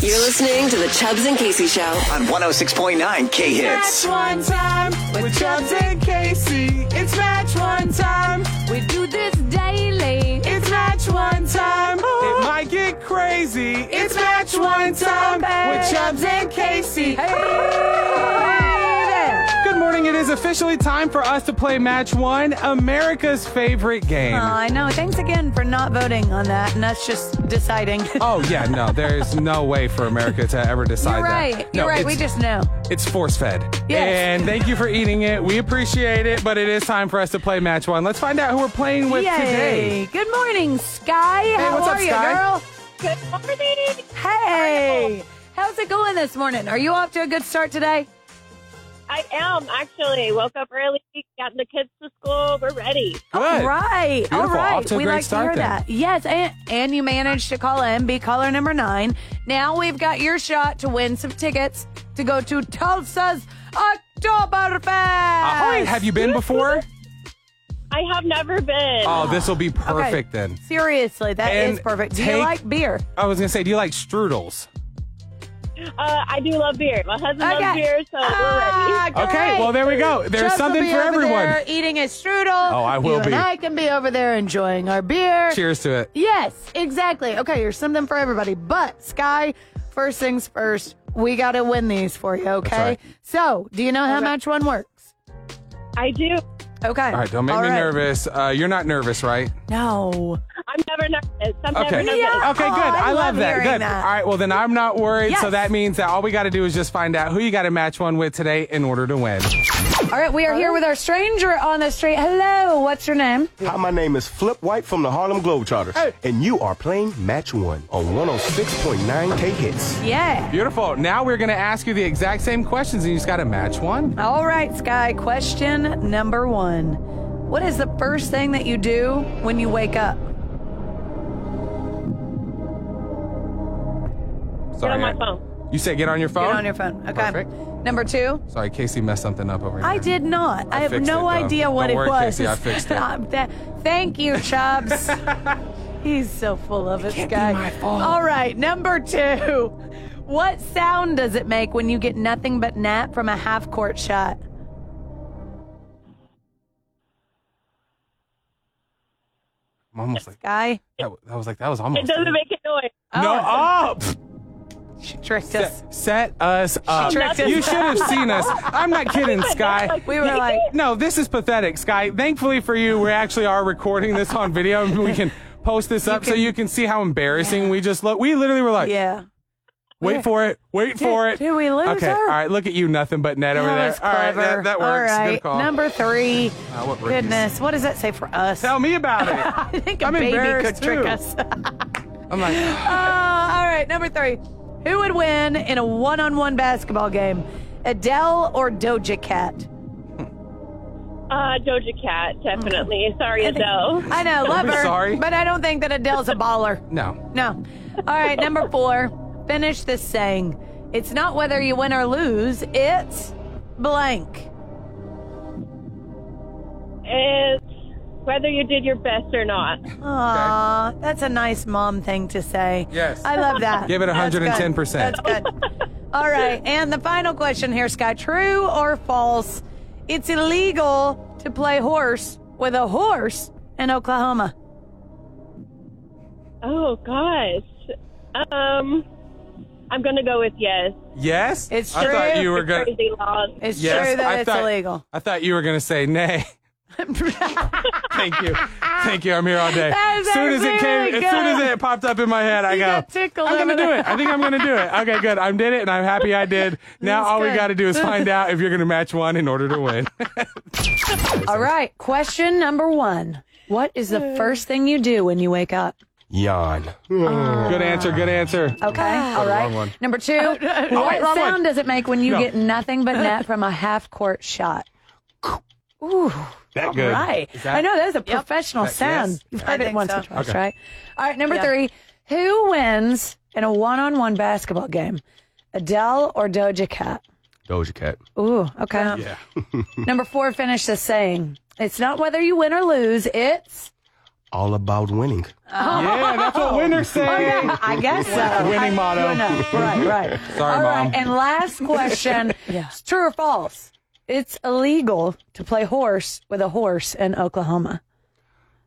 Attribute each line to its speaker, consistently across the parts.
Speaker 1: You're listening to the Chubbs and Casey Show.
Speaker 2: on 106.9 K Hits.
Speaker 3: Match one time with Chubbs and Casey. It's match one time.
Speaker 4: We do this daily.
Speaker 3: It's match one time. It might get crazy. It's match one time with Chubbs and Casey. Good morning. It is officially time for us to play match one, America's favorite game.
Speaker 5: Oh, I know. Thanks again for not voting on that and us just deciding.
Speaker 3: Oh yeah, no, there's no way for America to ever decide
Speaker 5: You're
Speaker 3: that.
Speaker 5: right. You're
Speaker 3: No,
Speaker 5: right. We
Speaker 3: it's-
Speaker 5: just know.
Speaker 3: It's force fed.
Speaker 5: Yes.
Speaker 3: And thank you for eating it. We appreciate it, but it is time for us to play match one. Let's find out who we're playing with
Speaker 5: Yay.
Speaker 3: today.
Speaker 5: Good morning, Sky. How
Speaker 3: what's
Speaker 5: are
Speaker 3: up,
Speaker 5: you,
Speaker 3: Sky?
Speaker 5: girl?
Speaker 6: Good morning.
Speaker 5: Hey. How's it going this morning? Are you off to a good start today?
Speaker 6: I am actually woke up early, got the kids to school. We're ready.
Speaker 3: Good.
Speaker 5: All right. All
Speaker 3: Beautiful.
Speaker 5: right.
Speaker 3: Off to a
Speaker 5: we
Speaker 3: great
Speaker 5: like
Speaker 3: start
Speaker 5: to hear
Speaker 3: then.
Speaker 5: that. Yes. And, and you managed to call in, be caller number nine. Now we've got your shot to win some tickets to go to Tulsa's Oktoberfest.
Speaker 3: Ahoy. Have you been before?
Speaker 6: I have never been.
Speaker 3: Oh, this will be perfect then.
Speaker 5: Seriously, that is
Speaker 3: And
Speaker 5: perfect. Do you
Speaker 3: take-
Speaker 5: like beer?
Speaker 3: I was going to say, do you like strudels?
Speaker 6: Uh, I do love beer. My husband
Speaker 5: Okay.
Speaker 6: loves beer, so we're ready.
Speaker 5: Ah, great.
Speaker 3: Okay, well, there we go. There's
Speaker 5: Chubbs will
Speaker 3: something
Speaker 5: be
Speaker 3: for
Speaker 5: over
Speaker 3: everyone.
Speaker 5: there eating a strudel.
Speaker 3: Oh, I will
Speaker 5: you
Speaker 3: be.
Speaker 5: And I can be over there enjoying our beer.
Speaker 3: Cheers to it.
Speaker 5: Yes, exactly. Okay, there's something for everybody. But Sky, first things first, we got to win these for you. Okay.
Speaker 3: right.
Speaker 5: So, do you know how much one works?
Speaker 6: I do.
Speaker 5: Okay.
Speaker 3: All right, don't make me nervous. Uh, you're not nervous, right?
Speaker 5: No.
Speaker 6: I'm never nervous. I'm
Speaker 3: Okay.
Speaker 6: never nervous.
Speaker 5: Yeah.
Speaker 3: Okay, good.
Speaker 5: Aw, Oh, I
Speaker 3: I,
Speaker 5: love
Speaker 3: love, that.
Speaker 5: hearing
Speaker 3: Good.
Speaker 5: that.
Speaker 3: All right, well, then I'm not worried. So
Speaker 5: Yes.
Speaker 3: that means that all we got to do is just find out who you got to match one with today in order to win.
Speaker 5: All right, we are here with our stranger on the street. Hello, what's your name?
Speaker 7: Hi, my name is Flip White from the Harlem Globetrotters, and you are playing Match One oh on 106.9 K Hits.
Speaker 5: Yeah.
Speaker 3: Beautiful. Now we're going to ask you the exact same questions, and you just got to match one.
Speaker 5: All right, Sky, question number one. What is the first thing that you do when you wake up?
Speaker 6: Get
Speaker 3: Sorry.
Speaker 6: on my
Speaker 3: I-
Speaker 6: phone.
Speaker 3: You said get on your phone?
Speaker 5: Get on your phone. Okay.
Speaker 3: Perfect.
Speaker 5: Number two.
Speaker 3: Sorry, Casey messed something up over here.
Speaker 5: I did not. I, have
Speaker 3: fixed it,
Speaker 5: no
Speaker 3: though.
Speaker 5: idea what
Speaker 3: Don't
Speaker 5: it
Speaker 3: worry,
Speaker 5: was.
Speaker 3: Casey, I fixed it.
Speaker 5: Um, tha- thank you, Chubbs. He's so full of it,
Speaker 3: can't be
Speaker 5: Sky.
Speaker 3: my fault.
Speaker 5: All right, number two. What sound does it make when you get nothing but net from a half court shot?
Speaker 3: I'm almost like
Speaker 5: Guy,
Speaker 3: that, wa- that was like that was almost.
Speaker 6: It doesn't make a noise.
Speaker 3: no
Speaker 5: Oh.
Speaker 3: up.
Speaker 5: she tricked us.
Speaker 3: Set, set us up.
Speaker 5: tricked us.
Speaker 3: You should have seen us. I'm not kidding, Sky.
Speaker 5: We were like,
Speaker 3: No, this is pathetic, Sky. Thankfully for you, we actually are recording this on video, and we can post this up so
Speaker 5: can-
Speaker 3: you can see how embarrassing we just look. We literally were like,
Speaker 5: yeah.
Speaker 3: wait for it, wait for it.
Speaker 5: did we lose
Speaker 3: Okay,
Speaker 5: her?
Speaker 3: all right. Look at you, nothing but net over
Speaker 5: That
Speaker 3: there.
Speaker 5: was
Speaker 3: All right,
Speaker 5: clever.
Speaker 3: that, that works.
Speaker 5: All right.
Speaker 3: Good call.
Speaker 5: Number three.
Speaker 3: Ah, what rookies.
Speaker 5: Goodness, what does that say for us?
Speaker 3: Tell me about it.
Speaker 5: I think a
Speaker 3: I'm
Speaker 5: baby could
Speaker 3: embarrassed,
Speaker 5: trick
Speaker 3: too. Oh
Speaker 5: us.
Speaker 3: I'm like.
Speaker 5: Uh, all right, number three. Who would win in a one on one basketball game, Adele or Doja Cat?
Speaker 6: Uh, Doja Cat, definitely. Sorry, Adele.
Speaker 5: Mm-hmm. I know, love
Speaker 3: be
Speaker 5: her.
Speaker 3: sorry.
Speaker 5: But I don't think that Adele's a baller.
Speaker 3: No.
Speaker 5: No. All right, number four. Finish this saying. It's not whether you win or lose, it's blank.
Speaker 6: It's whether you did your best or not.
Speaker 5: Aw, that's a nice mom thing to say.
Speaker 3: Yes.
Speaker 5: I love that.
Speaker 3: Give it
Speaker 5: That's good.
Speaker 3: 110%.
Speaker 5: That's good. All right. And the final question here, Sky. True or false? It's illegal to play horse with a horse in Oklahoma.
Speaker 6: Oh, gosh. Um, I'm going to go with yes.
Speaker 3: Yes?
Speaker 5: It's
Speaker 3: I thought
Speaker 5: true.
Speaker 3: you were going to.
Speaker 6: Crazy laws.
Speaker 5: It's
Speaker 3: Yes,
Speaker 5: true that
Speaker 3: I
Speaker 5: it's
Speaker 3: thought,
Speaker 5: illegal.
Speaker 3: I thought you were going to say nay. Thank you. Thank you. I'm here all day.
Speaker 5: That
Speaker 3: As
Speaker 5: is
Speaker 3: soon as it
Speaker 5: very
Speaker 3: came, as soon
Speaker 5: good.
Speaker 3: as it popped up in my head, I
Speaker 5: You
Speaker 3: go,
Speaker 5: got tickled
Speaker 3: I'm
Speaker 5: over
Speaker 3: going to do
Speaker 5: there.
Speaker 3: it. I think I'm going to do it. Okay, good. I did it and I'm happy I did. Now
Speaker 5: That's
Speaker 3: all
Speaker 5: good.
Speaker 3: we got to do is find out if you're going to match one in order to win.
Speaker 5: All right. Question number one. What is the first thing you do when you wake up?
Speaker 7: Yawn.
Speaker 3: good answer. Good answer.
Speaker 5: Okay. Ah. All right.
Speaker 3: wrong one.
Speaker 5: Number two. what
Speaker 3: wrong
Speaker 5: sound
Speaker 3: one.
Speaker 5: does it make when you
Speaker 3: No.
Speaker 5: get nothing but net from a half court shot? Ooh.
Speaker 7: That
Speaker 3: good.
Speaker 5: Right.
Speaker 3: Is that-
Speaker 5: I know that is a professional
Speaker 3: That-
Speaker 5: sound.
Speaker 3: yes?
Speaker 5: You've heard it once or twice,
Speaker 3: Okay.
Speaker 5: right? All right, number three. Who wins in a one on one basketball game? Adele or Doja Cat?
Speaker 7: Doja Cat.
Speaker 5: Ooh, okay.
Speaker 3: Yeah.
Speaker 5: number four, finish the saying. It's not whether you win or lose, it's
Speaker 7: all about winning.
Speaker 3: Yeah, that's what winners
Speaker 5: Oh,
Speaker 3: say.
Speaker 5: I guess so.
Speaker 3: Winning motto.
Speaker 5: I- no, Right, right.
Speaker 3: Sorry,
Speaker 5: All right,
Speaker 3: Mom.
Speaker 5: and last question. It's true or false? It's illegal to play horse with a horse in Oklahoma.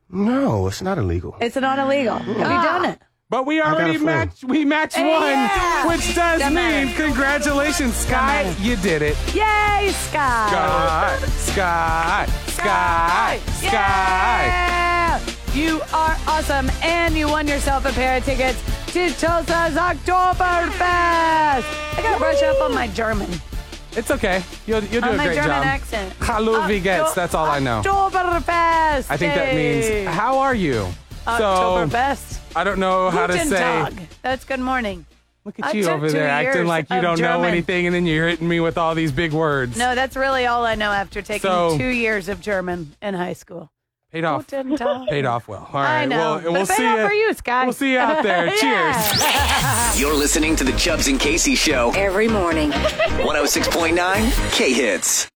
Speaker 7: No, it's not illegal.
Speaker 5: It's not illegal. Have you done it?
Speaker 3: But we
Speaker 7: got
Speaker 3: already
Speaker 7: a friend.
Speaker 3: matched. We matched one,
Speaker 5: yeah.
Speaker 3: which does
Speaker 5: Doesn't matter.
Speaker 3: mean congratulations, Sky.
Speaker 5: matter.
Speaker 3: You did it.
Speaker 5: Yay, Sky!
Speaker 3: Sky,
Speaker 5: Oh.
Speaker 3: Sky, Sky, Sky.
Speaker 5: Yeah! You are awesome, and you won yourself a pair of tickets to Tulsa's Oktoberfest. I gotta brush up on my German,
Speaker 3: It's okay. You'll you'll do
Speaker 5: on
Speaker 3: a
Speaker 5: my
Speaker 3: great
Speaker 5: German
Speaker 3: job.
Speaker 5: accent. Ah,
Speaker 3: Hallo, wie geht's?
Speaker 5: Okto-
Speaker 3: That's all I know.
Speaker 5: Oktoberfest.
Speaker 3: I think that
Speaker 5: Hey.
Speaker 3: means how are you? So
Speaker 5: Oktoberfest.
Speaker 3: I don't know how to
Speaker 5: Guten
Speaker 3: say.
Speaker 5: Tag. That's good morning.
Speaker 3: Look
Speaker 5: I
Speaker 3: at you
Speaker 5: took
Speaker 3: over
Speaker 5: two
Speaker 3: there acting
Speaker 5: years
Speaker 3: like you
Speaker 5: of
Speaker 3: don't know
Speaker 5: German.
Speaker 3: anything, and then you're hitting me with all these big words.
Speaker 5: No, that's really all I know after taking
Speaker 3: So- Oh.
Speaker 5: two years of German in high school.
Speaker 3: Paid off.
Speaker 5: Guten Tag.
Speaker 3: Paid off well. All right.
Speaker 5: I know.
Speaker 3: Well,
Speaker 5: but
Speaker 3: we'll
Speaker 5: it
Speaker 3: see
Speaker 5: paid off
Speaker 3: ya-
Speaker 5: for you, Sky.
Speaker 3: We'll see you out there. Cheers.
Speaker 5: Yeah.
Speaker 2: You're listening to the Chubbs and Casey Show,
Speaker 1: Every morning.
Speaker 2: 106.9 K Hits.